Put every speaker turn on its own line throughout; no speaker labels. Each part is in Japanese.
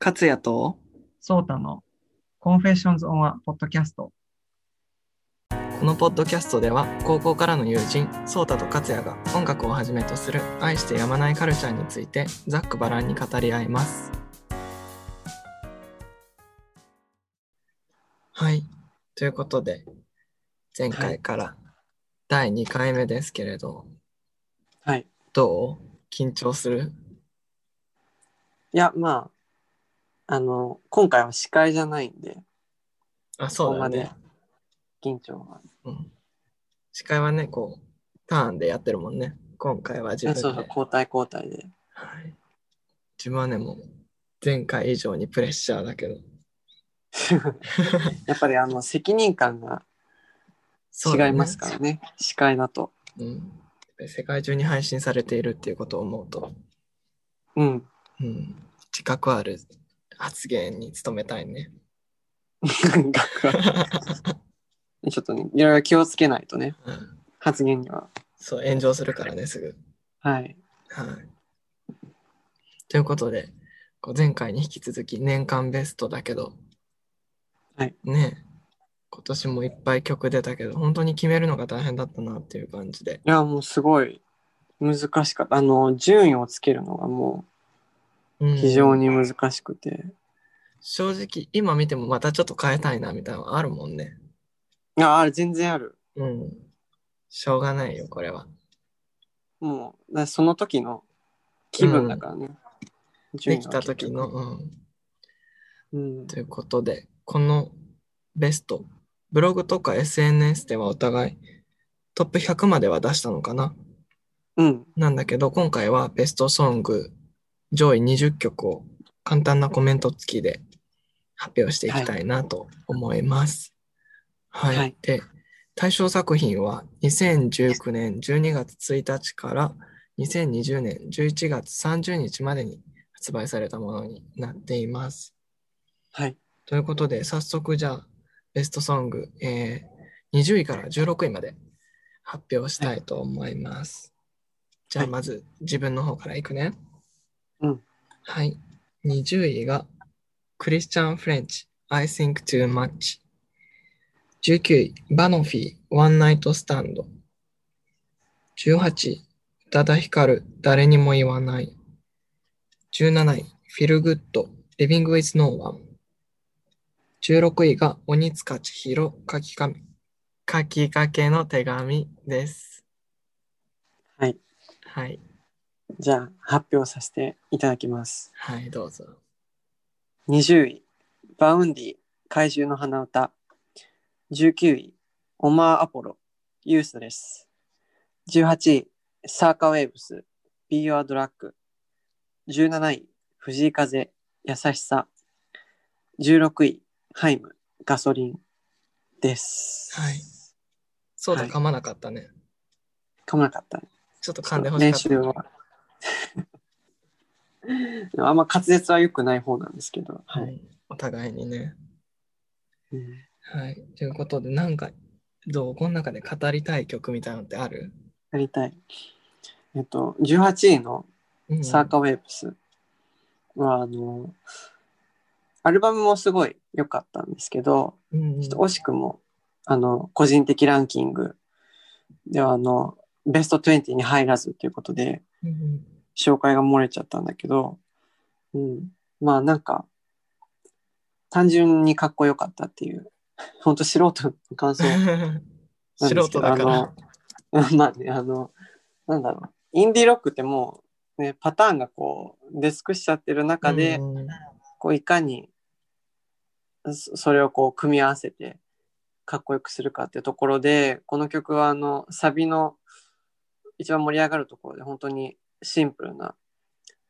勝也と
ソータの Confessions on a Podcast。
このポッドキャストでは高校からの友人ソータと勝也が音楽をはじめとする愛してやまないカルチャーについてざっくばらんに語り合いますはいということで前回から第2回目ですけれど、
はい
どう緊張する
いやまああの今回は司会じゃないんで
あそうだね、
緊張は
うん、司会はねこうターンでやってるもんね今回は自
え
分で
そうそう交代交代で
はい。自分はね、もう前回以上にプレッシャーだけど。
やっぱりあの責任感が違いますから
ね。
ね司会だと
うん。世界中に配信されているっていうことを思うと、
うん
うん、自覚ある発言に努めたいね。
学は ちょっとねいろいろ気をつけないとね
うん
発言には
そう、炎上するからね、すぐ。
はい
はい。ということで、こう前回に引き続き年間ベストだけど、
はい。
ねえ今年もいっぱい曲出たけど、本当に決めるのが大変だったなっていう感じで。
いやもうすごい難しかったあの順位をつけるのがも
うん
う非常に難しくて、
正直今見てもまたちょっと変えたいなみたいなのあるもんね。
いやあれ全然ある
うん。しょうがないよ、これは。
もうだからその時の気分だからね、順
でき
位は
た時の。うん。
うん
ということで、このベスト、ブログとか SNS ではお互いトップ100までは出したのかな。
うん
なんだけど、今回はベストソング上位20曲を簡単なコメント付きで発表していきたいなと思います。はい。
はい
で、対象作品は2019年12月1日から2020年11月30日までに発売されたものになっています。
はい
ということで、早速じゃあ、ベストソング、えー20位から16位まで発表したいと思います。じゃあ、
はい
まず自分の方からいくね。
うん。
はい。20位が、クリスチャン・フレンチ、I think too much。19位、バノフィー、One Night Stand。18位、宇多田ヒカル、誰にも言わない。17位、フィルグッド、Living with No One。16位が鬼塚千尋書きか書きかけの手紙です。
はい。
はい。
じゃあ発表させていただきます
はい、どうぞ。
20位バウンディ怪獣の花歌19位オマーアポロユースレス18位サーカウェーブス Be Your Drug 17位藤井風優しさ16位ハイムガソリンです
はいそうだ、
はい
噛まなかったね。
噛まなかった
ちょっと噛んでほし
練
かった。
習 はあんま滑舌は良くない方なんですけど、
は
はい
い。お互いにね。
うん
はい。ということで、なんか、どうこの中で語りたい曲みたいなのってある、
やりたい。えっと、18位の
うん
サーカーウェーブスは、あの、アルバムもすごい良かったんですけど、
うん、
ちょっと惜しくも、あの、個人的ランキングでは、あの、ベスト20に入らずということで、
うんうん
紹介が漏れちゃったんだけど、うん。まあなんか、単純にかっこよかったっていう、 ほんと素人の感想 なんですけど。
素人だから。
あの。 まあね、あの、なんだろう。インディーロックってもう、ね、パターンがこう、出尽くしちゃってる中で、
うんうん
こう、いかに、そそれをこう、組み合わせて、かっこよくするかっていうところで、この曲はあの、サビの一番盛り上がるところで、本当にシンプルな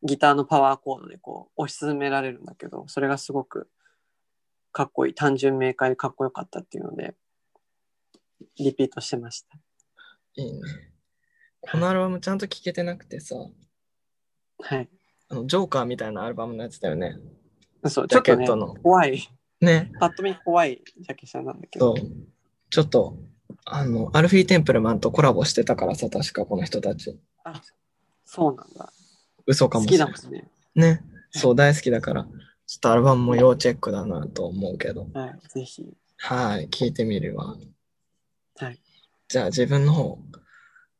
ギターのパワーコードでこう、押し進められるんだけど、それがすごく、かっこいい、単純明快でかっこよかったっていうので、リピートしてました。
いいね。このアルバムちゃんと聴けてなくてさ、
はい。
あのジョーカーみたいなアルバムのやつだよね。
そう、ち
ジ
ょ
ャ
っ
ケ
とね
ット、の。
怖い、
ね。
パッと見怖いジャケ写なんだけ
そ
ど
う。。ちょっと、あの、アルフィー・テンプルマンとコラボしてたからさ、確かこの人たち。
あ、そうなんだ。
嘘か
好
もしれ
き
な
だ
い。
もんね。
ね。そう、大好きだから。ちょっとアルバムも要チェックだなと思うけど。
はい、ぜひ。
はい、聞いてみるわ。
はい。
じゃあ自分の方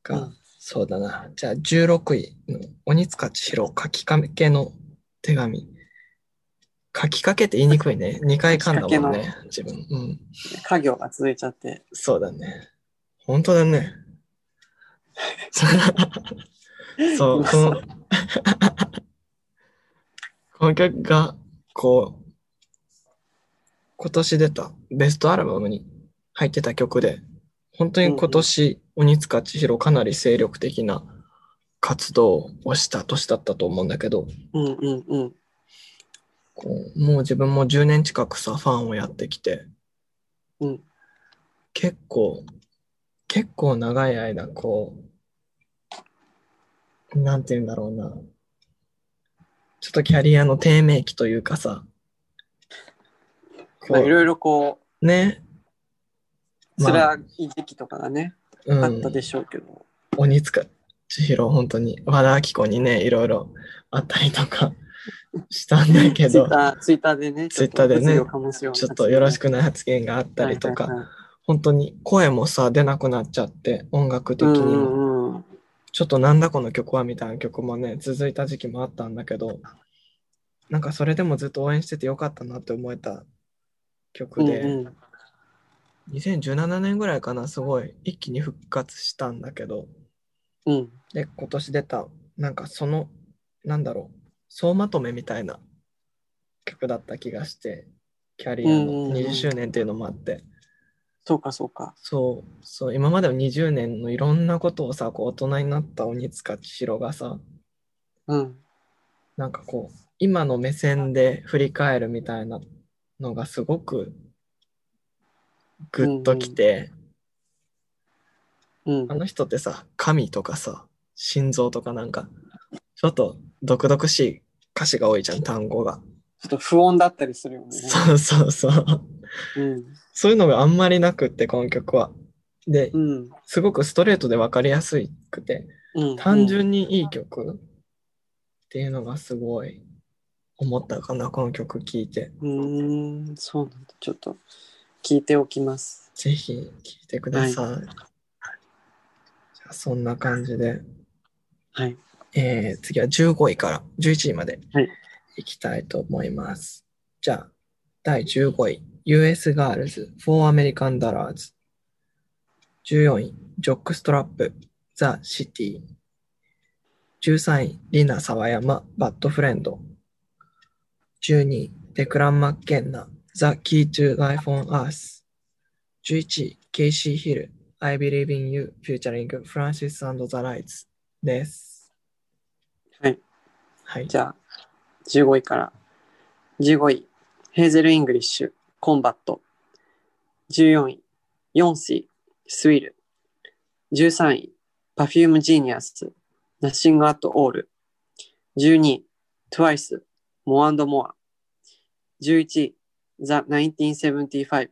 が、
うん
そうだな。じゃあ16位の鬼塚千尋書きかけの手紙。書きかけって言いにくいね。2回噛んだもんね、自分。うん。
家業が続いちゃって。
そうだね。本当だね。そう、この、この曲が、こう、今年出たベストアルバムに入ってた曲で、本当に今年、鬼塚千尋かなり精力的な活動をした年だったと思うんだけど、
うんうんうん。
こうもう自分も10年近くさ、ファンをやってきて、
うん
結構、結構長い間、こう、なんて言うんだろうな。ちょっとキャリアの低迷期というかさ、こ
まあ、いろ
う
いろこ
ね、
う、
まあ
辛い時期とかがね、
うん、
あったでしょうけど。
鬼塚千尋、本当に、和田アキ子にね、いろいろあったりとかしたんだ け
ツイ
ど
ッ、ター、ツイッターでね、
ツイッターでね
ちょっと物議を醸し
ちょっとよろし
く
くない発言があっ
お
たりとか
は、いはい
本当に声もさ出なくなっちゃって音楽的
はい
に
う
も、
んうんうん。
ちょっとなんだこの曲はみたいな曲もね続いた時期もあったんだけどなんかそれでもずっと応援しててよかったなって思えた曲で、
うんうん
2017年ぐらいかなすごい一気に復活したんだけど
うん。
で今年出たなんかそのなんだろう総まとめみたいな曲だった気がしてキャリア
うんうんう
の
ん
20周年っていうのもあって、
そうかそうか。
そうそう今までの20年のいろんなことをさこう大人になった鬼塚千尋がさ
うん。
なんかこう今の目線で振り返るみたいなのがすごくグッときて、
うん
あ。の人ってさ神とかさ心臓とかなんかちょっと毒々しい歌詞が多いじゃん単語が、
ちょっと不穏だったりするよね。
そうそうそう
うん。
そういうのがあんまりなくってこの曲はで
うん。
すごくストレートで分かりやすくて
うん。
単純にいい曲っていうのがすごい思ったかな、この曲聴いて。
うん。うーん、そうなんだ。ちょっと聞いておきます。
ぜひ聴いてください。じゃあそんな感じで、
はい。
えー次は15位から11位まで
はい
いきたいと思います。じゃあ、第15位、US Girls for American Dollars。14位、ジョックストラップ、ザ・シティ。13位、リナ・サワヤマ、バッドフレンド。12位、デクラン・マッケンナ、ザ・キー・トゥ・ライフ・オン・アース。11位、ケイシー・ヒル、I Believe in You, featuring Francis and the Lights です。
はい。
はい。
じゃあ、15位から。15位、ヘーゼル・イングリッシュ、コンバット。14位、ヨンシー、スウィル。13位、パフューム・ジーニアス、ナッシング・アット・オール。12位、トゥワイス、モアンド・モア。11位、ザ・1975、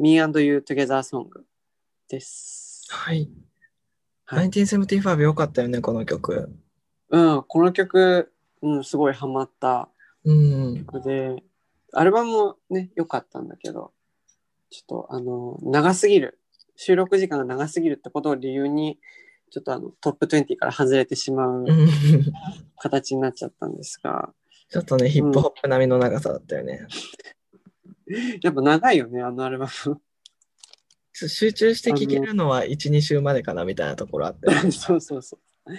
Me and You Together Song です。
はい。
はい
1975良かったよね、この曲。
うん、この曲、うん、すごいハマった。
うん。
で、アルバムもね、良かったんだけど、ちょっとあの、長すぎる、収録時間が長すぎるってことを理由に、ちょっとあの、トップ20から外れてしまう
うん
形になっちゃったんですが、
ちょっとね、ヒップホップ並みの長さだったよね。
やっぱ長いよね、あのアルバム。
ちょ集中して聴けるのは1、2週までかなみたいなところあ って。
そうそうそう。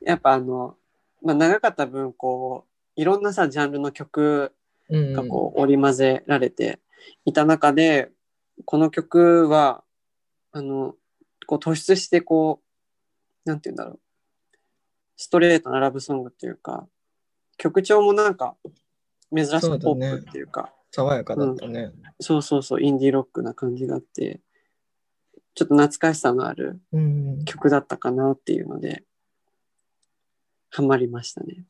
やっぱあの、まあ、長かった分、こう、いろんなさ、ジャンルの曲
うん
がこう織り交ぜられていた中で、この曲はあのこう突出してこうなんて言うんだろうストレートなラブソングっていうか曲調もなんか珍し
そう
く
だ
ポ
ね
ップっていうか
爽やかだったね。
そう,、そうそうインディーロックな感じがあってちょっと懐かしさのある
うん。
曲だったかなっていうのでハマりましたね。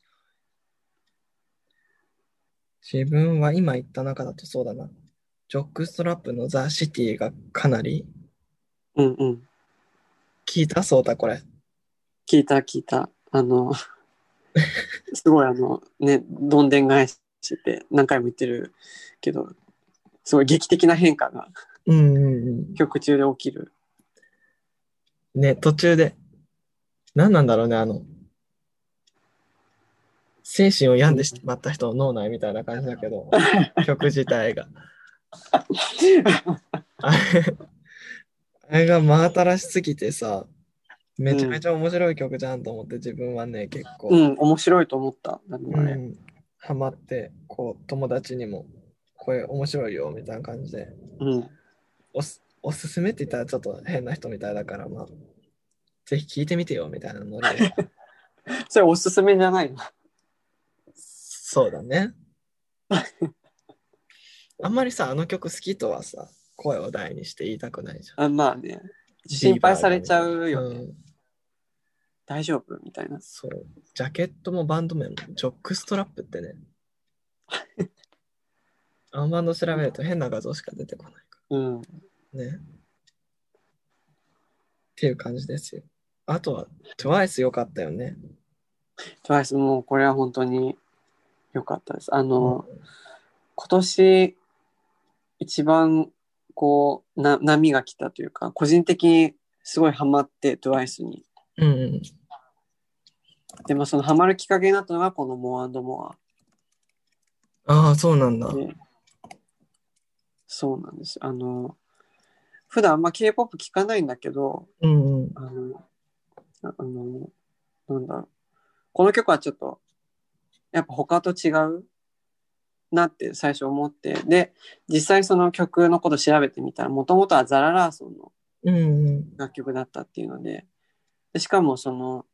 自分は今言った中だとそうだな。ジョックストラップのザ・シティがかなり
うんうん
聞いたそうだ、これ。
聞いた聞いたあのすごいあのねどんでん返ししてて何回も言ってるけどすごい劇的な変化が
うんうんうん。
曲中で起きる
ね、途中で、何なんだろうね、あの、精神を病んでしまった人の脳内みたいな感じだけど、曲自体が。あれ、あれが真新しすぎてさ、めちゃめちゃ面白い曲じゃんと思って、自分はね、結構、
うん面白いと思ったなん
う
かね
ん、ハマって、こう、友達にも、これ面白いよ、みたいな感じで、
うん
おすおすすめって言ったらちょっと変な人みたいだから、まあ、ぜひ聞いてみてよみたいなノリ で。
それおすすめじゃないの
そうだね。 あんまりさ、あの曲好きとはさ、声を大にして言いたくないじゃん。
あまあね心配されちゃうよね、
うん
大丈夫みたいな
そう。ジャケットもバンド名も、ジョックストラップって ね。アンバンド調べると変な画像しか出てこないか
うん
らね。っていう感じですよ。あとは、TWICE 良かったよね。
TWICE もうこれは本当に良かったですあの、今年一番こうな波が来たというか個人的にすごいハマって TWICE に
うんうん。
でまあそのハマるきっかけになったのがこの「モアモ
ああ、そうなんだ
ア。でそうなんですあの普段あんま k p o p 聞かないんだけど
うんうん。
あのああのなんだろうこの曲はちょっとやっぱ他と違うなって最初思ってで実際その曲のこと調べてみたらもともとはザラ・ラーソンの
うんうん。
楽曲だったっていうのででしかもその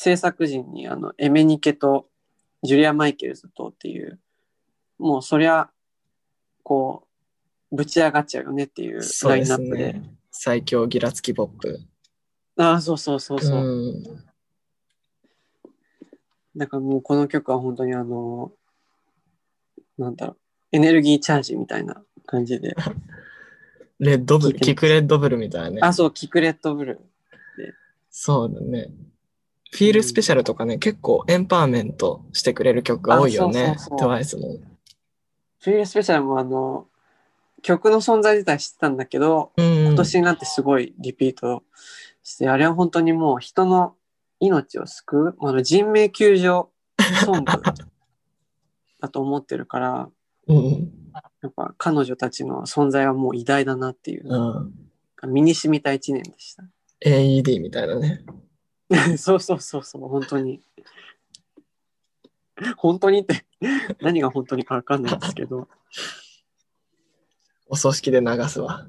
制作陣にあのエメニケとジュリア・マイケルズとっていうもうそりゃこうぶち上がっちゃうよねっていう
そう
ライ
で
ンナ
す
ップで
ね。最強ギラつきポップ。
ああそうそうそうそう、
うん
だからもうこの曲は本当にあのなんだろうエネルギーチャージみたいな感じで
レッドブル、
聞いてます
キクレッドブルみたいな
あ
ね。
そうキクレットブル
そうだね。フィールスペシャルとかね、結構エンパワーメントしてくれる曲が多いよね
あそうそ。うそ
TWICE
う
も。
フィールスペシャルもあの曲の存在自体知ってたんだけど
うんうん
今年になってすごいリピートして、あれは本当にもう人の命を救う、あの人命救助ソ ングだと思ってるから、
うん
やっぱ彼女たちの存在はもう偉大だなっていう、
うんうん。
身に染みた一年でした。
AED みたいなね。
そうそうそうそう、本当に。本当にって、何が本当にかわかんないですけど、
お葬式で流すわ。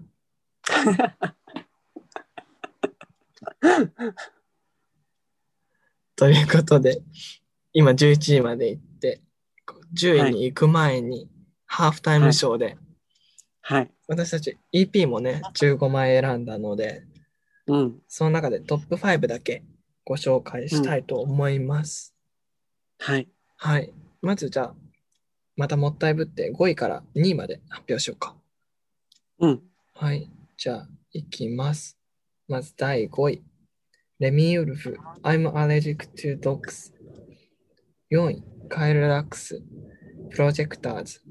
ということで、今11位まで行って、10位に行く前に、ハーフタイムショーで、
はい。
私たち EP もね、15枚選んだので、
うん。
その中でトップ5だけご紹介したいと思います。
はい。
はい。まずじゃあ、またもったいぶって5位から2位まで発表しようか。
うん。
はい。じゃあ、いきます。まず第5位。レミウルフ、I'm allergic to dogs。4位、カイル・ラックス、プロジェクターズ。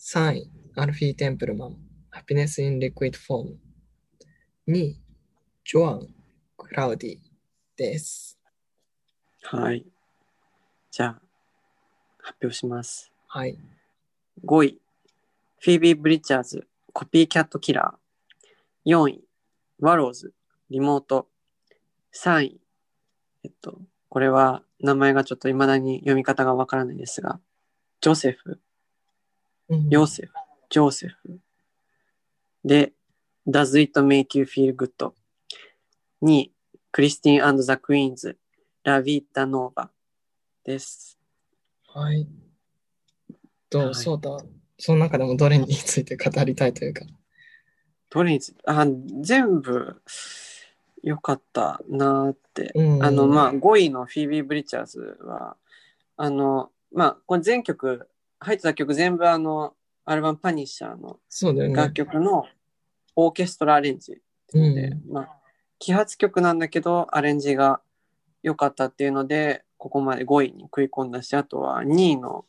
3位、アルフィー・テンプルマン、ハピネス・イン・リクイッド・フォーム。2位、ジョアン・クラウディです。
はい。じゃあ、発表します。
はい。
5位、フィービー・ブリッチャーズ、コピーキャット・キラー。4位、ワローズ、リモート。3位、えっと、これは名前がちょっと未だに読み方がわからないですが、ジョセフ、
うん
ヨセフ、ジョーセフ。で、Does It Make You Feel Good? 2位、クリスティーンザ・クイーンズ、ラビータ・ノーバです。
はい。ど
は
う、
い
そうだ。その中でもどれについて語りたいというか。
どれにつあ全部良かったなーって、
うん
あのまあ5位のフィービー・ブリッチャーズはあのまあこれ全曲入ってた曲全部あのアルバム「パニッシャー」の
そうだよね
楽。曲のオーケストラアレンジっていうので、まあ揮発曲なんだけどアレンジが良かったっていうのでここまで5位に食い込んだしあとは2位の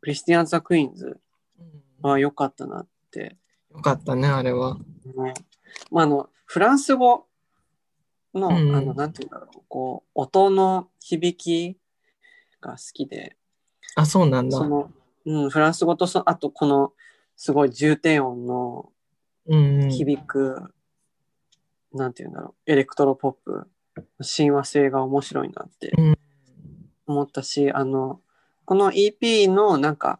クリスティアン・ザ・クイーンズ
うん
は良かったなって
よかったね、あれは。
ねまあ、あのフランス語の,、
うん
あのなんていうんだろうこう音の響きが好きで
あ、そうなんだ。
その、うん、フランス語とそあとこのすごい重低音の
うんうん。
響く、なんていうんだろうエレクトロポップ親和性が面白いなって
うん
思ったし、あのこの EP のなんか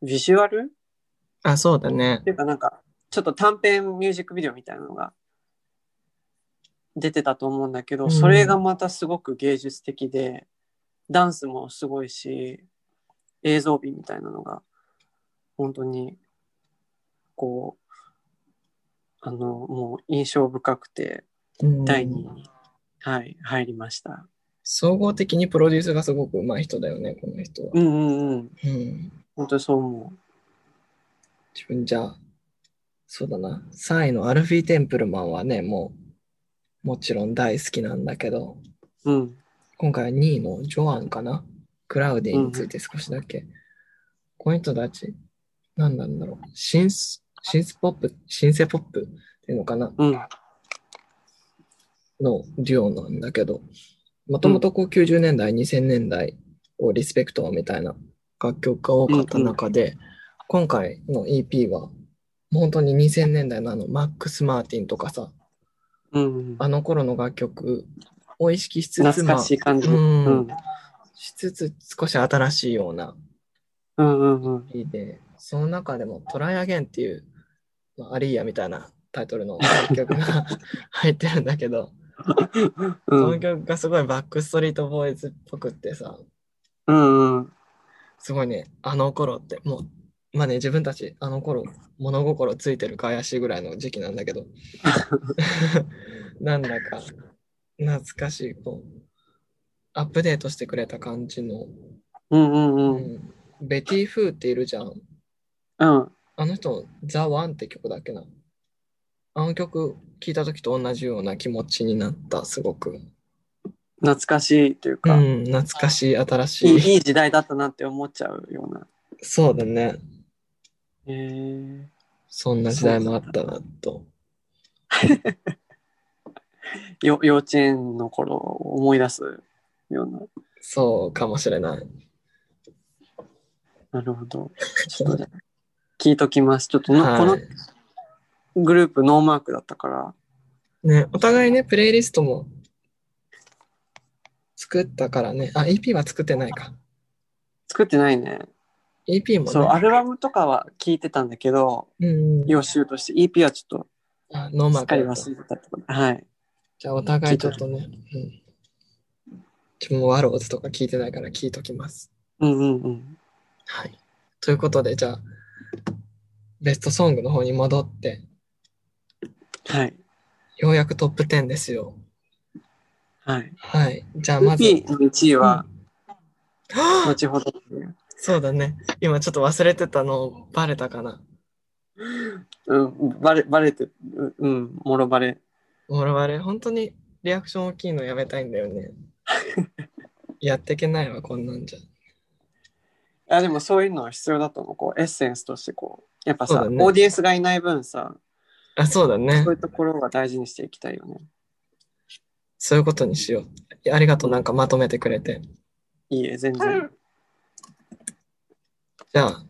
ビジュアルっ
あ、そうだね。
ていうかなんかちょっと短編ミュージックビデオみたいなのが出てたと思うんだけど、
うん
それがまたすごく芸術的でダンスもすごいし映像美みたいなのが本当にこうあのもう印象深くて
うん
第2位に、はい、入りました。
総合的にプロデュースがすごく上手い人だよね、この人は。
うんうんうん
うん。
本当にそう思
自分じゃあ、そうだな。3位のアルフィー・テンプルマンはね、もう、もちろん大好きなんだけど、
う。うん。
今回は2位のジョアンかなクラウディについて少しだけ。この人たち、何なんだろう。シンス、シンスポップ、シンセポップっていうのかな
うん。
のデュオなんだけど、もともとこう90年代、2000年代をリスペクトみたいな楽曲が多かった中で、今回の EP は、もう本当に2000年代のあのマックス・マーティンとかさ、
うんうん。
あの頃の楽曲を意識しつつ、
懐
ま
か
あ
しい感じ。
うん
うん。
しつつ少し新しいような
うんうんうん。
で、その中でも「トライアゲン」っていう、まあ、アリーヤみたいなタイトルの楽曲が 入ってるんだけど、
う
その
ん
曲がすごいバックストリートボーイズっぽくってさ
うんうん。
すごいねあの頃ってもうまあね自分たちあの頃物心ついてるか怪しいぐらいの時期なんだけど なんだか懐かしいこうアップデートしてくれた感じの、
うんうんうん。
うんベティ・フーっているじゃん
うん。
あの人、ザ・ワンって曲だっけな。あの曲聴いた時と同じような気持ちになった、すごく。
懐かしいという
う
か、い
ん、懐かしい、新し
い
い。
いい時代だったなって思っちゃうような。
そうだね。
へえ
そんな時代もあったなと。
よ幼稚園の頃を思い出すような。
そうかもしれない。
なるほど。ちょっとね、聞いときます。ちょっとの、
は
このグループノーマークだったから。
い。ね、お互いね、プレイリストも作ったからね。あ、EP は作ってないか。
作ってないね。
EP もね。
そう、アルバムとかは聞いてたんだけど、
うんうん。
予習として EP はちょっ
あ、ノー
と
マ
すっ
ー
かり
クだった
忘れてたところ。はい。
じゃあ、お互いちょっとね。うん。自分もワローズとか聞いてないから聞いときます。
うんうんうん。
はい。ということで、じゃあ、ベストソングの方に戻って、
はい。
ようやくトップ10ですよ。
はい。
はい。じゃあ、まず、
EP の1位は、
はあ
後ほどっていう。
そうだね。今ちょっと忘れてたの、バレたかな。
うん、バレ、バレて、ううん、もろバレ。
俺々、本当にリアクション大きいのやめたいんだよね。やっていけないわ、こんなんじゃ。
あ、でもそういうのは必要だと思う。こう、エッセンスとしてこう、やっぱ
そう
さ、
だね
オーディエンスがいない分さ、
あ、そうだね
そうい。うところは大事にしていきたいよね。
そういうことにしよう。ありがとう、なんかまとめてくれて。
いいえ、全然。
じゃあ、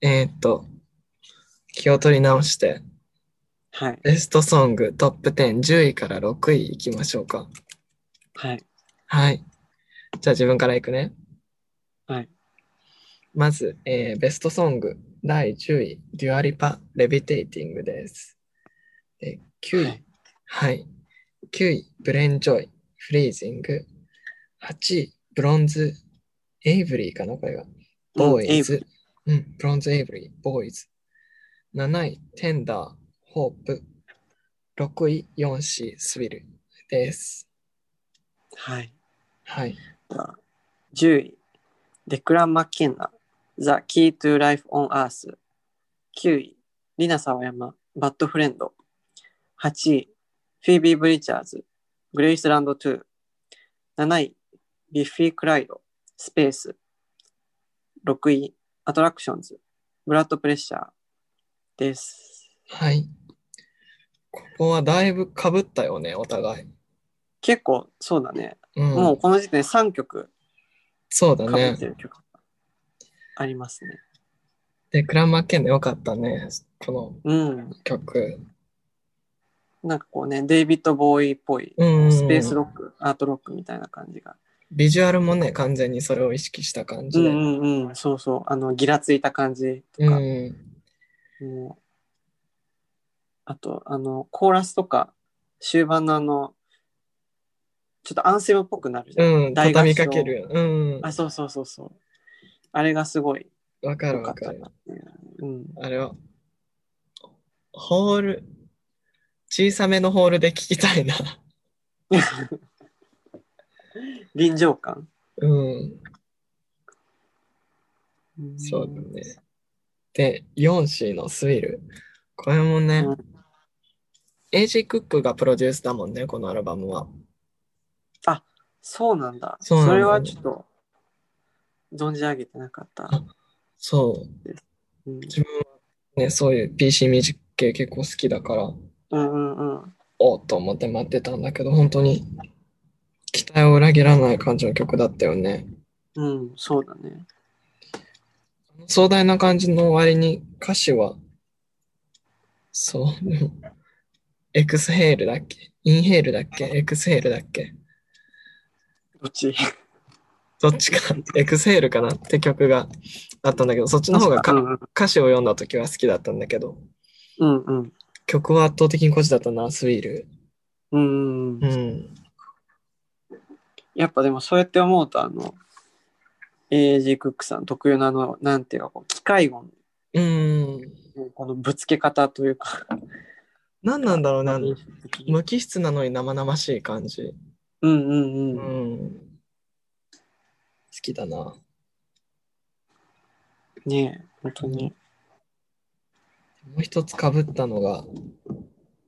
えー、っと、気を取り直して、
はい。
ベストソングトップ10、10位から6位いきましょうか。
はい。
はい。じゃあ自分からいくね。
はい。
まず、えーベストソング第10位、デュアリパ、レビテイティングです。で9位、
は
はいい、9位、ブレンジョイ、フリージング。8位、ブロンズ、エイブリーかな、これは。ボーイズ。うん、ブロンズエイブリー、ボーイズ。7位、テンダー、ホープ。6位、ヨンシー、スウィルです。
はい。
はい。
じゃあ10位、デクラン・マッケンナ、The Key to Life on Earth。9位、リナ・サワヤマ、バッド・フレンド。8位、フィービー・ブリチャーズ、グレイスランド2。7位、ビッフィー・クライド、スペース。 6位、アトラクションズ、ブラッドプレッシャーです。
はい。ここはだいぶかぶったよね、お互い。
結構、そうだね。
うん、
もうこの時点で3曲
そうだ
かぶ
ね
っ。てる曲がありますね。
で、クランマーケンでよかったね、この
うん。
曲。
なんかこうね、デイビッド・ボーイっぽい、
うん
スペースロック、アートロックみたいな感じが。
ビジュアルもね、完全にそれを意識した感
う
じ
ん
で。
うんうん、そうそう。あの、ギラついた感じと
う
か、
ん
もうあと、あの、コーラスとか、終盤のあの、ちょっとアンセムっぽくなるじゃん。
うん、
大合唱
畳みかける。うん。
あ、そうそうそうそう。あれがすごい
わか
良
る
か
わ
っ
か
た
る
な。っていう。うん。
あれは、ホール、小さめのホールで聞きたいな。
臨場感。
うん、そうだね。で、4C のスイル。これもね
うん、
エイジ・クックがプロデュースだもんね、このアルバムは。
そうなんだ。
そう
そ
なんだね
れはちょっと、存じ上げてなかった。
そう。
うん
自分はね、そういう PC ミュージック系結構好きだから、
うんうんうん。
おっと思って待ってたんだけど、本当に期待を裏切らない感じの曲だったよね。
うん、そうだね。
壮大な感じの割に歌詞は、そう、でもエクスヘールだっけインヘールだっけエクスヘールだっけ
どっち
どっちか、エクスヘールかなって曲があったんだけど、そっちの方がか
うんうん
歌詞を読んだ時は好きだったんだけど、
うんうん。
曲は圧倒的にこっちだったな、スウィール。
うんうん
う。ん。
やっぱでもそうやって思うとあの AG クックさん特有のあのなんていうかこう機械音
うん。
このぶつけ方というか
何なんだろうな、
印象的に
無機質なのに生々しい感じ。
うんうんう、
うんん。好きだな。
ねえ本当に
もう一つかぶったのが、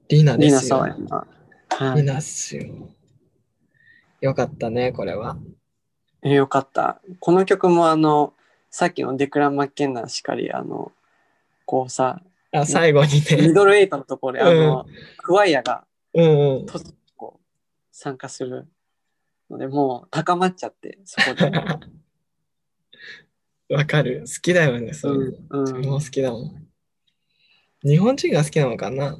リナで
リナ
す
さ
よ。
んやなは
リナっすよ。よかったね、これは。
いよかったこの曲もあのさっきのデクラン・マッケンナーしかりあのこうさ
あ、最後に
ミ
ね。
ドルエイトのところであの、クワイアが
うんうん。
突こう参加するのでもう高まっちゃってそこ で
わかる。好きだよね、そううい
ん
う
う
の。
ん
もう好きだもん。日本人が好きなのかな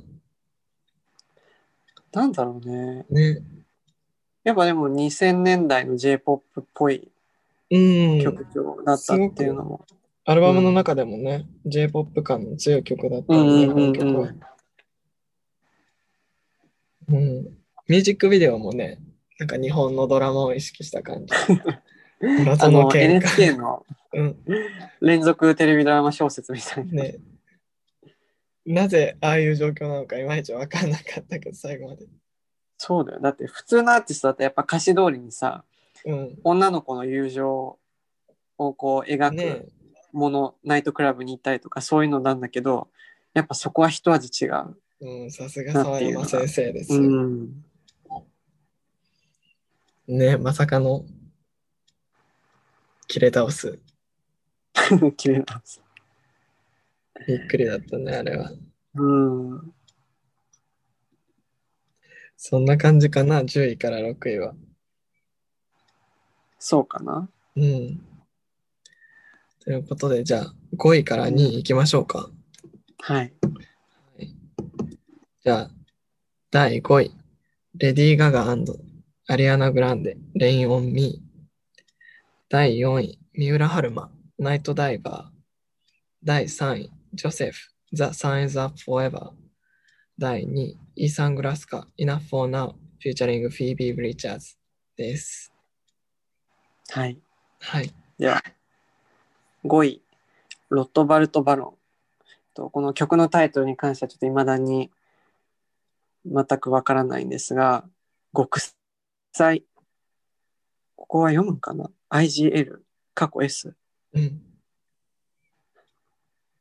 なんだろうね
ね。
やっぱでも2000年代の J-POP っぽい
うん。
曲調だったっていうのも。
アルバムの中でもね、J-POP 感の強い曲だった
うん
よね、
うん
この
うん
曲は
うん。。
うん。ミュージックビデオもね、なんか日本のドラマを意識した 感じ。
あ
謎の
の
喧嘩。
NHK の
うん。
連続テレビドラマ小説みたいな。
ね。なぜああいう状況なのかいまいちわかんなかったけど、最後まで。
そうだよ。だって普通のアーティストだとやっぱ歌詞通りにさ、
うん。
女の子の友情をこう描
ね
くもの、ナイトクラブに行ったりとかそういうのなんだけど、やっぱそこは一味違う。
うん、さすが沢山先生です
う
よ。
ん。
ね、まさかの、切れ倒す。
綺麗なんです。
びっくりだったね、あれは。
うん。
そんな感じかな、10位から6位は。
そうかな。
うん。ということで、じゃあ、5位から2位行きましょうか。
はい。
じゃあ、第5位。レディー・ガガアリアナ・グランデ、レイン・オン・ミー。第4位、三浦春馬、ナイト・ダイバー。第3位、ジョセフ、ザ・サン・イズ・アップ・フォーエバー。第2位、イーサン・グラスカ、イナ・フォー・ナウ、フューチャリング・フィービー・ブリチャーズです。
はい。
はい。
では、5位、ロットバルト・バロン。とこの曲のタイトルに関してはちょっと未だに全くわからないんですが、極彩。ここは読むんかな ?IGL、過去 S。
うん、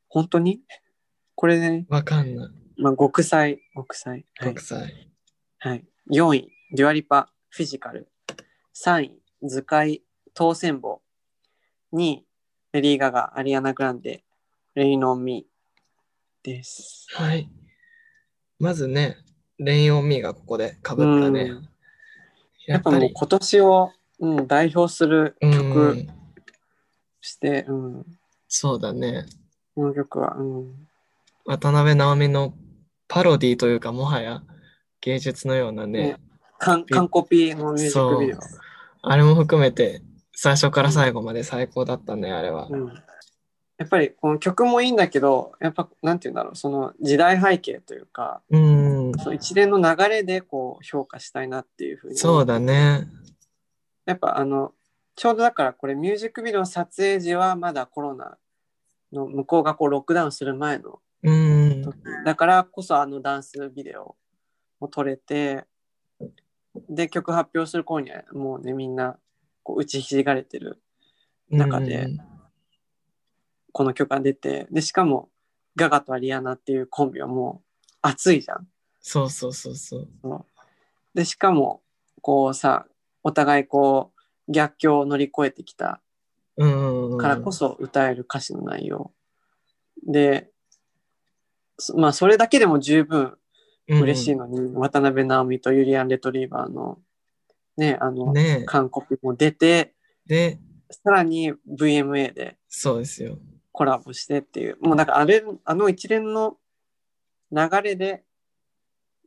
本当にこれね、
わかんない。
まあ、極彩、極彩。はい
国。際。
はい、4位、デュアリパ、フィジカル。3位、図解、当選簿。2位、レディー・ガガ、アリアナ・グランデ、レイノン・ミーです。
はい。まずね、レインオンミーがここでかぶったね。
うんやっぱもう今年を、うん、代表する
う
曲
ん、
して、うん、
そうだね。
この曲は、うん、
渡辺直美のパロディというか、もはや芸術のようなね、
完完コピーのミュージックビデオ。
あれも含めて、最初から最後まで最高だったね、あれは。
うんやっぱりこの曲もいいんだけど、やっぱなんて言うんだろう、その時代背景というか、
うん、
その一連の流れでこう評価したいなっていうふうに。
そうだね。
やっぱあの、ちょうどだからこれミュージックビデオの撮影時はまだコロナの向こうがこうロックダウンする前の
うん、
だからこそあのダンスビデオも撮れて、で、曲発表する頃にはもうね、みんなこう打ちひしがれてる、中で
うん
この曲が出て、で、しかもガガとアリアナっていうコンビはもう熱いじゃん。
そうそうそうそう。
で、しかもこうさ、お互いこう逆境を乗り越えてきた
うん、
からこそ歌える歌詞の内容。で、そまあそれだけでも十分嬉しいのに、渡辺直美とユリアン・レトリーバーの、ね、あの、
ね
韓国も出て、
で、
さらに VMA で
そうですよ。
コラボしてっていう、もうなんかあれ、あの一連の流れで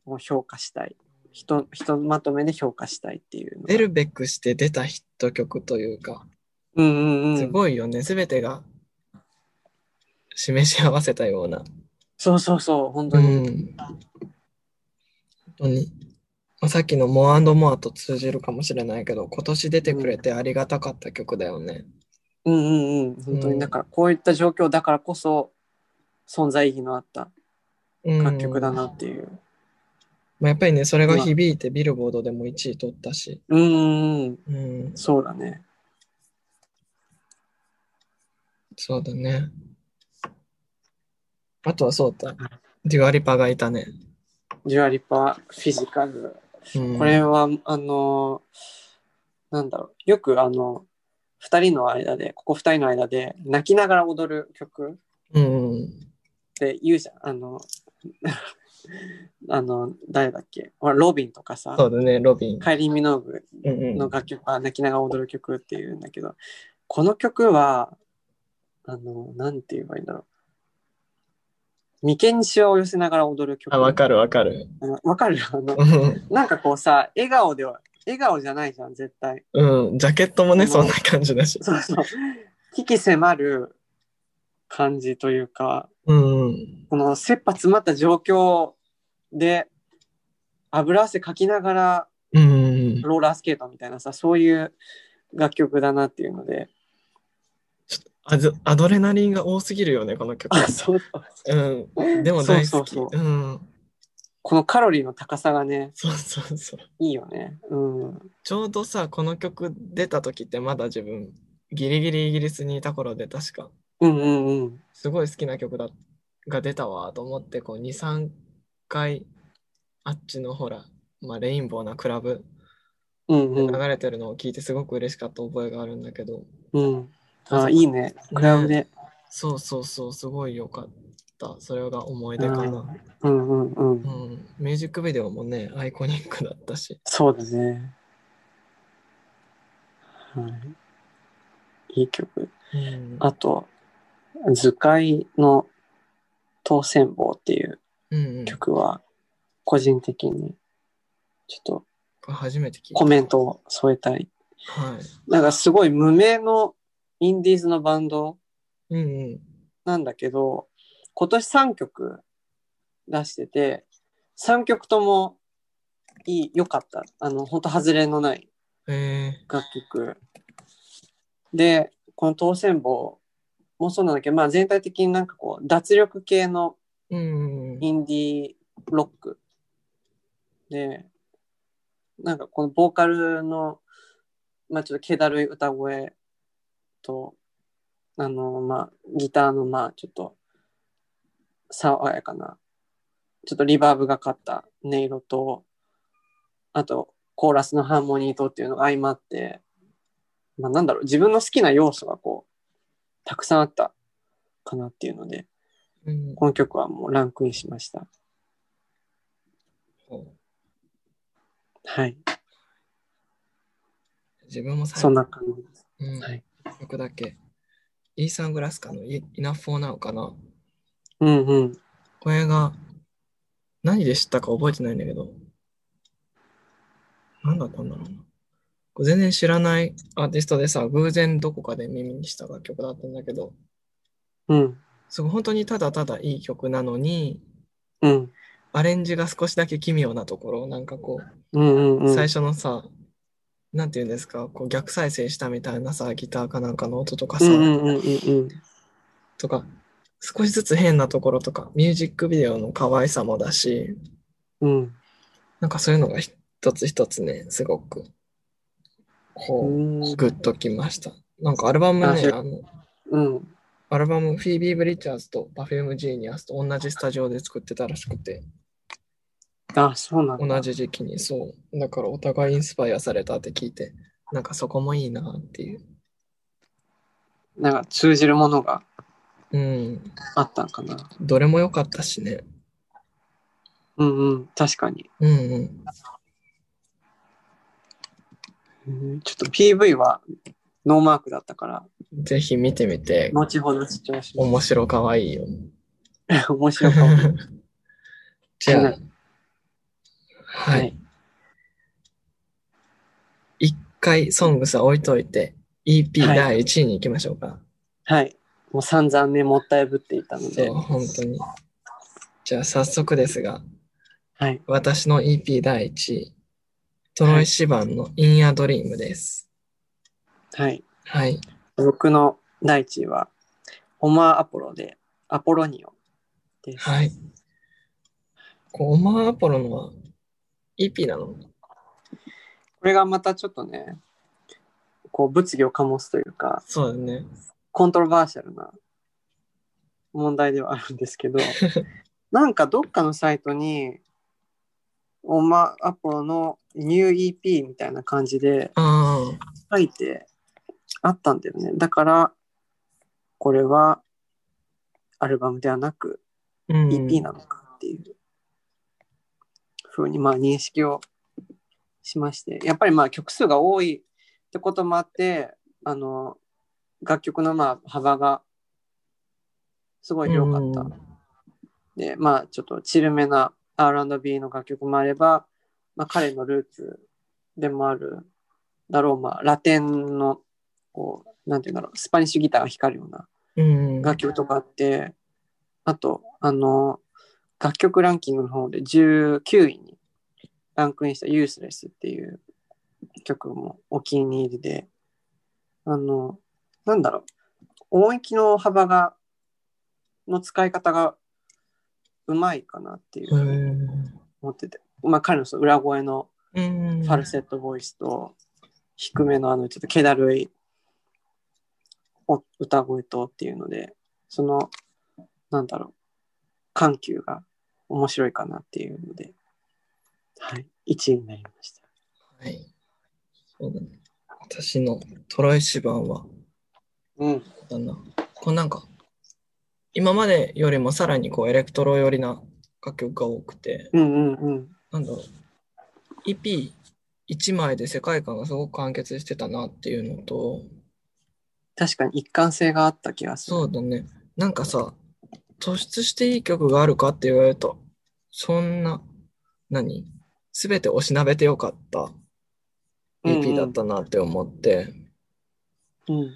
もう評価したい。ひと、ひとまとめで評価したいっていうのが。
出るべくして出たヒット曲というか、
うんうんう
す
ん。
ごいよね。すべてが示し合わせたような。
そうそうそう、本当
う
に。
ん。本当に。まあさっきのモアモアと通じるかもしれないけど、今年出てくれてありがたかった曲だよね。
うんうんうん。本当
うん
に、だからこういった状況だからこそ、存在意義のあった
うん
楽曲だなっていう。
まあ、やっぱりね、それが響いてビルボードでも1位取ったし。
うんうんうん。
うん。
そうだね。
そうだね。あとはそうだ。デュアリパがいたね。
ジュアリパ、フィジカル。
うん
これは、あの、なんだろう、よくあの、二人の間で、ここ二人の間で、泣きながら踊る曲っ
うんうん。
て言うじゃん。あの、 あの、誰だっけほらロビンとか
そ
さ、
うだね、ロビン。
カイリー・ミノーグ
うんう
の
ん。
楽曲は泣きながら踊る曲っていうんだけど、この曲は、あの、なんて言えばいいんだろう。眉間にシワを寄せながら踊る曲。
あ、わかるわかる。
あのわかるあの、
うん
なんかこうさ、笑顔では、笑顔じゃないじゃん、絶対。
うん。ジャケットもね、そんな感じだし。
そうそう。危機迫る感じというか、
うんうん。
この切羽詰まった状況で、油汗かきながら
うんうんうん。
ローラースケートみたいなさ、そういう楽曲だなっていうので。
アドアドレナリンが多すぎるよね、この曲。
そう
うん。でも大好き。
そうそう
う
そ
ん。
このカロリーの高さがね、
そうそうそう。
いいよね。うん。
ちょうどさ、この曲出た時ってまだ自分、ギリギリイギリスにいた頃で確か、
うんうんうん。
すごい好きな曲だが出たわと思って、こう、2、3回、あっちのほら、まあ、レインボーなクラブ
うん
流
うん。
れてるのを聞いてすごく嬉しかった覚えがあるんだけど、
うん。あ、いいね。クラブで。
そうそうそう、すごい良かった。それが思い出かな。
うんうんう。
うんん。ミュージックビデオもね、アイコニックだったし。
そうだね。はい。いい曲。
うん
あと、図解の当選棒っていう
うんうん、
曲は、個人的に、ちょっと
これ初めて聞いた。
コメントを添えたい。
は
なんかすごい無名のインディーズのバンド
い。うんうん。
なんだけど、今年3曲出してて、3曲ともいい、良かった。あの、ほんと外れのない
え
楽曲。で、この当選棒もそうなんだけど、まあ全体的になんかこう、脱力系の
ー、うんうん。
インディーロックで、なんかこのボーカルの、まあちょっと気だるい歌声と、あの、まあギターの、まあちょっと、爽やかな、ちょっとリバーブがかった音色と、あと、コーラスのハーモニーとっていうのが相まって、まあなんだろう、自分の好きな要素がこう、たくさんあったかなっていうので、
うん
この曲はもうランクインしました。はい。
自分も最
そんな感じです。
うん
はい
曲だけ。イーサン・グラスカの Enough for Now かな。
うんうん。
これが何で知ったか覚えてないんだけど、何だったんだろうな。これ全然知らないアーティストでさ、偶然どこかで耳にした楽曲だったんだけど、
うん。
すごい本当にただただいい曲なのに、
うん。
アレンジが少しだけ奇妙なところ、なんかこ
うんうん
う、
うん。
最初のさ、なんて言うんですか、こう逆再生したみたいなさ、ギターかなんかの音とかさ、
うんうんうんうん
とか、少しずつ変なところとか、ミュージックビデオの可愛さもだし、
うん。
なんかそういうのが一つ一つね、すごく、
う
こ
ん。
う、グッときました。なんかアルバム
あ
ね、
そう
あの、
うん。
アルバム、フィービー・ブリッチャーズとパフューム・ジーニアスと同じスタジオで作ってたらしくて、
あ、そうなんだ。
同じ時期に、そう。だからお互いインスパイアされたって聞いて、なんかそこもいいなっていう。
なんか通じるものが
うん。
あったんかな。
どれも良かったしね。
うんうん。確かに。
うんうん。
うんちょっと PV はノーマークだったから、
ぜひ見てみて、
後ほど視聴しま
面白可愛いよ。
す。面白 かった。
じゃあ、
は
はい
い。。
一回、ソングさ置いといて、EP
はい
第1位に行きましょうか。
はい。もう散々ね、もったいぶっていたの
そ
で
う、。本当に。じゃあ、早速ですが、
はい。
私の EP 第1位、トロイ・シバンの In a Dream です。
はい。
はい。
僕の第一位は、ホマーアポロで、アポロニオです。
はい。こうオマー・アポロのは EP なの
これがまたちょっとね、こう、物議を醸すというか、
そうだね。
コントロバーシャルな問題ではあるんですけど、なんかどっかのサイトに、オマアポロのニュー EP みたいな感じで
ああ、
書いてあったんだよね。だから、これはアルバムではなく
うん。
EP なのかっていうふうにまあ認識をしまして、やっぱりまあ曲数が多いってこともあって、あの、楽曲のまあ幅がすごい広かった。
うん
で、まあちょっとチルめな R&B の楽曲もあれば、まあ彼のルーツでもあるだろう、まあラテンのこう、なんていうんだろう、スパニッシュギターが光るような
うん。
楽曲とかあって、あと、あの、楽曲ランキングの方で19位にランクインした Useless っていう曲もお気に入りで、あの、なんだろう、音域の幅が、の使い方がうまいかなっていうふうに思ってて、まあ彼のその裏声の
うん。
ファルセットボイスと、低めのあの、ちょっと気だるいお歌声とっていうので、その、なんだろう、緩急が面白いかなっていうので、はい、1位になりました。
はい。そうだね。私のトライシバンは、
うん。
だな。こうなんか、今までよりもさらにこうエレクトロ寄りな楽曲が多くて、
うんうんうん。
なんだろう。EP1 枚で世界観がすごく完結してたなっていうのと、
確かに一貫性があった気がする。
そうだね。なんかさ、突出していい曲があるかって言われると、そんな、何すべておしなべてよかった
うんうん
EP だったなって思って、
うん。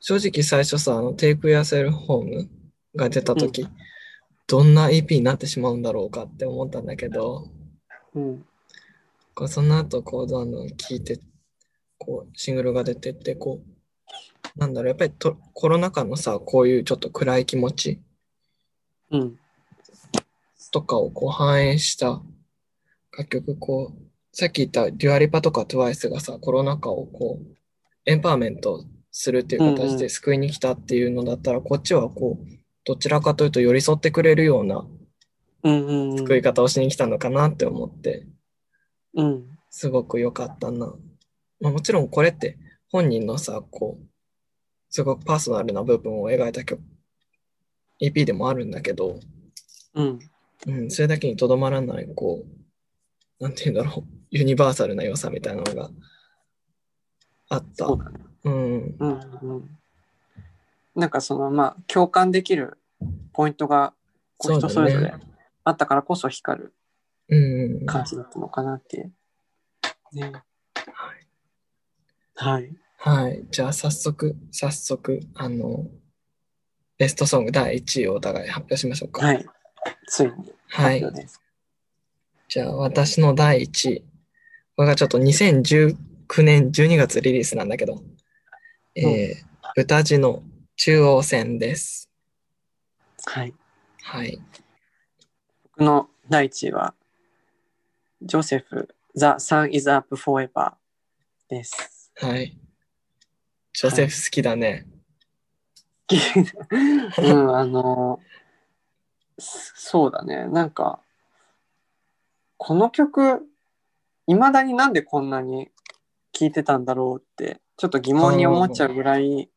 正直最初さ、あの、Take Yourself Home が出た時、どんな EP になってしまうんだろうかって思ったんだけど、
うん。
こうその後、こう、どんどん聴いて、こう、シングルが出てって、こう、なんだろう、やっぱりとコロナ禍のさ、こういうちょっと暗い気持ち
うん。
とかをこう反映した楽曲、こう、さっき言ったデュアリパとか TWICE がさ、コロナ禍をこう、エンパワーメントするっていう
うんう
形
ん
で救いに来たっていうのだったら、こっちはこう、どちらかというと寄り添ってくれるような
うんうん
救い方をしに来たのかなって思って、
うん。うん。
すごく良かったな。まあ、もちろんこれって本人のさ、こう、すごくパーソナルな部分を描いた曲 EP でもあるんだけど、
うん。
うん、それだけにとどまらない、こう、なんて言うんだろう、ユニバーサルな良さみたいなのがあった。
そうだね。
うん、
うんうん。なんかそのまあ共感できるポイントがこう人そ
そうだね
れぞれあったからこそ光る
うん、
感じだったのかなっていう。ね。はい。
はい。じゃあ、早速、早速、あの、ベストソング第1位をお互い発表しましょうか。
はい。ついに
は
発
い。
表です。
じゃあ、私の第1位。これがちょっと2019年12月リリースなんだけど、えー、豚地の中央線です。
はい。
はい。
僕の第一位は、ジョセフ、The Sun is Up Forever です。
はい。ジョセフ好きだね。
うん、あの、そそうだね。なんか、この曲、いまだになんでこんなに聴いてたんだろうって、ちょっと疑問に思っちゃうぐらい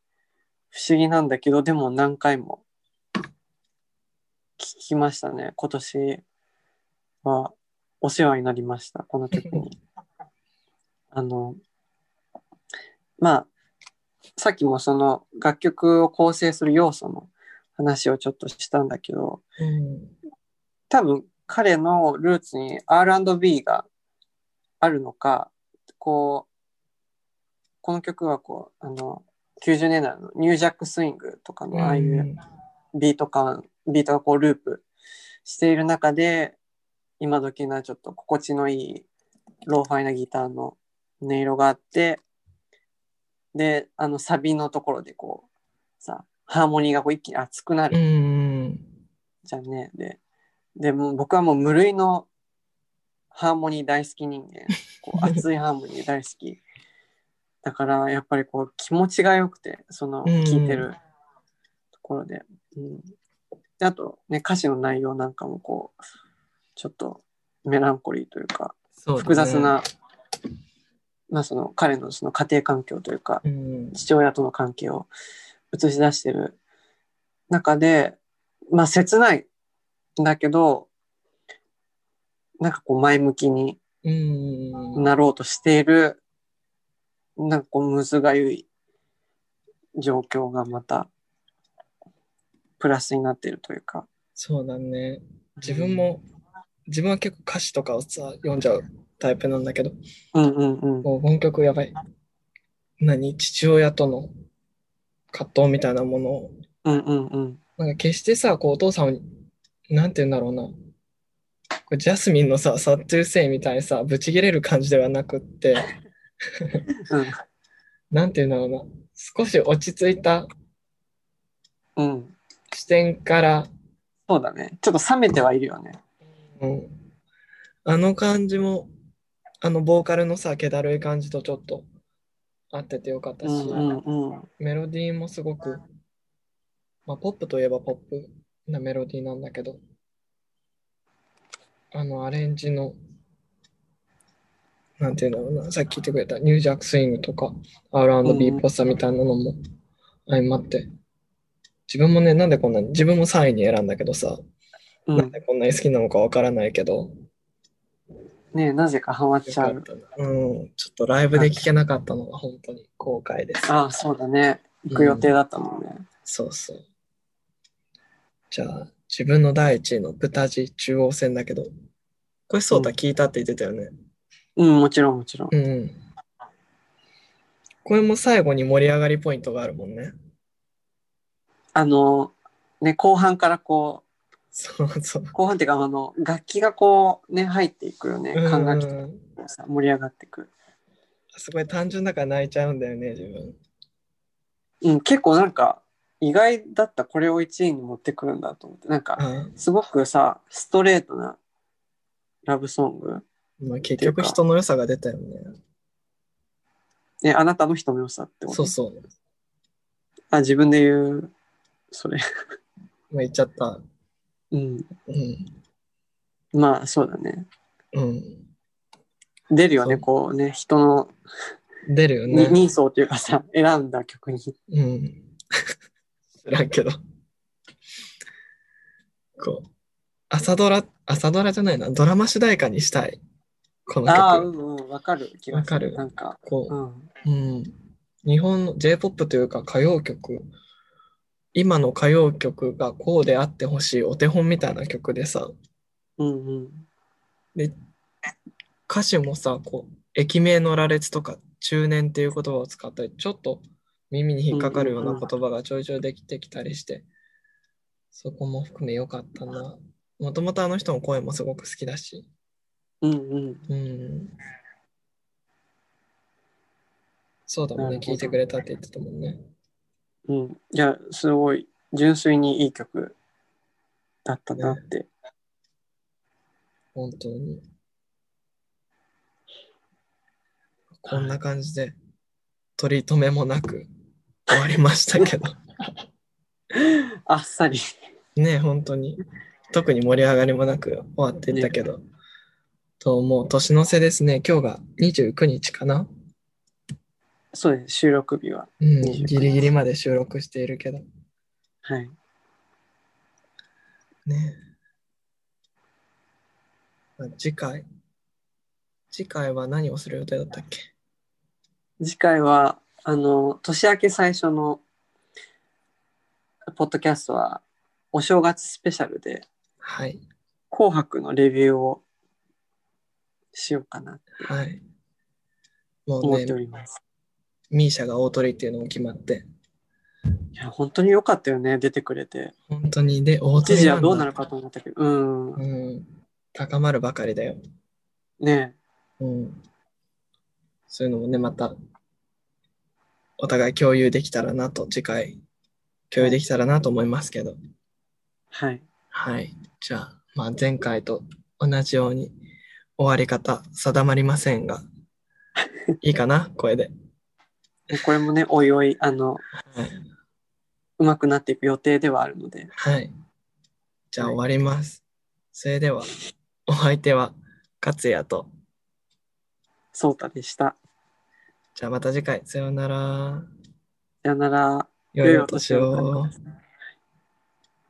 不思議なんだけど、でも何回も聴きましたね。今年はお世話になりました、この曲に。あの、まあ、さっきもその楽曲を構成する要素の話をちょっとしたんだけど、
うん。
多分彼のルーツに R&B があるのか、こう、この曲はこう、あの、90年代のニュージャックスイングとかのああいうビート感、ビートがこうループしている中で、今時なちょっと心地のいいローファイなギターの音色があって、で、あのサビのところでこう、さ、ハーモニーがこう一気に熱くな
う
る
ん。
じゃんね。で、でもう僕はもう無類のハーモニー大好き人間、こ う熱いハーモニー大好き。だからやっぱりこう気持ちが良くて、その
うん
聴いてるところで。うんであとね、歌詞の内容なんかもこう、ちょっとメランコリーというか、
そうだね
複雑。な、まあその彼のその家庭環境というか、
うん。
父親との関係を映し出してる中で、まあ切ないんだけど、なんかこう前向きに
うん。
なろうとしている、なんかこうむずがゆい状況がまたプラスになっているというか。
そうだね。自分も、自分は結構歌詞とかをさ、読んじゃうタイプなんだけど、
うんうんうん。
もう本曲やばい。何父親との葛藤みたいなものを、
うんうんうん。
なんか決してさ、こうお父さんを、なんて言うんだろうな。こうジャスミンのさ、殺虫性みたいにさ、ぶち切れる感じではなくって、なんて言うんだろうな。少し落ち着いた
うんうん。
視点から、
そうだね。ちょっと冷めてはいるよね。
うん、あの感じも、あのボーカルのさ、気だるい感じとちょっと合っててよかったし、
うんうんうん。
メロディーもすごく、まあ、ポップといえばポップなメロディーなんだけど、あのアレンジの、なんていうんだろうな、さっき言ってくれたニュージャックスイングとか R&B っぽさみたいなのも相まって、自分もね、なんでこんなに、自分も3位に選んだけどさ、
う
なん
ん、
でこんなに好きなのかわからないけど、
ねえなぜかハマっ
よ
ちゃ
か
う
っ。たな。うん、ちょっとライブで聴けなかったのが本当に後悔です。
ああ、そうだね。行く予定だったもんね。
そうそう。じゃあ、自分の第一位の豚地中央線だけど、これそうだ、
うん
聞いたって言ってたよね。
うん、もちろんもちろん。
うん。これも最後に盛り上がりポイントがあるもんね。
あの、ね、後半からこ
そうそう。
う、後半っていうか、あの、楽器がこう、ね、入っていくよね。管楽器と
うん
かもさ、盛り上がっていく。
すごい単純だから泣いちゃうんだよね、自分。
うん、結構なんか、意外だった、これを1位に持ってくるんだと思って。なんか、
あ
すごくさ、ストレートなラブソング。
まあ、結局人の良さが出たよね。
ね、あなたの人の良さってこと。
そうそう。
あ、自分で言う、それ。
まあ、言っちゃった。
うん。
うん。
まあ、そうだね。
うん。
出るよね、
そう
こうね、人の
出るよ
に
ね。
人相っていうかさ、選んだ曲に。
うん。知らんけど。こう、朝ドラ、朝ドラじゃないな、ドラマ主題歌にしたい。この曲。
ああ、うんうん、わかる気がす
わかる
なんか、
こう
う、
う
ん。
ん、日本の J-POP というか歌謡曲、今の歌謡曲がこうであってほしいお手本みたいな曲でさ、
うんうん。
歌詞もさ、こう、駅名の羅列とか中年っていう言葉を使ったり、ちょっと耳に引っかかるような言葉がちょいちょいできてきたりして、そこも含め良かったな。もともとあの人の声もすごく好きだし、
うんうん。
うん。そうだもんね、
なるほど
聞いてくれたって言ってたもんね。
うん。いや、すごい、純粋にいい曲だったなって。
本当に。こんな感じで、取り留めもなく終わりましたけど。
あっさり。
ねえ本当に。特に盛り上がりもなく終わっていったけど。と、もう年の瀬ですね。今日が29日かな。
そうです、収録日は。
うん、
29
ギリギリまで収録しているけど。
はい。
ねえ。まあ次回。次回は何をする予定だったっけ
次回は、あの、年明け最初の、ポッドキャストは、お正月スペシャルで、
はい。
紅白のレビューをしようかなと
はい。も
思
う
っ
ね
てお、ります。
ミーシャが大鳥っていうのも決まって、
いや、本当に良かったよね、出てくれて。
本当に、で、大
一
鳥
時
なんだ
はどうなるかと思ったけど、うん。
うん、高まるばかりだよ。
ね
うん。そういうのもね、また、お互い共有できたらなと、次回、共有できたらなと思いますけど、
はい。
はい。じゃあ、まあ、前回と同じように、終わり方、定まりません が、いいかな、これで。
でこれもね、おいおい、あの、
はい。
うまくなっていく予定ではあるので、
はい。じゃあ
はい
終わります。それでは、お相手は勝也と。
そうたでした。
じゃあまた次回、さようなら。
さよなら。
良いお年を。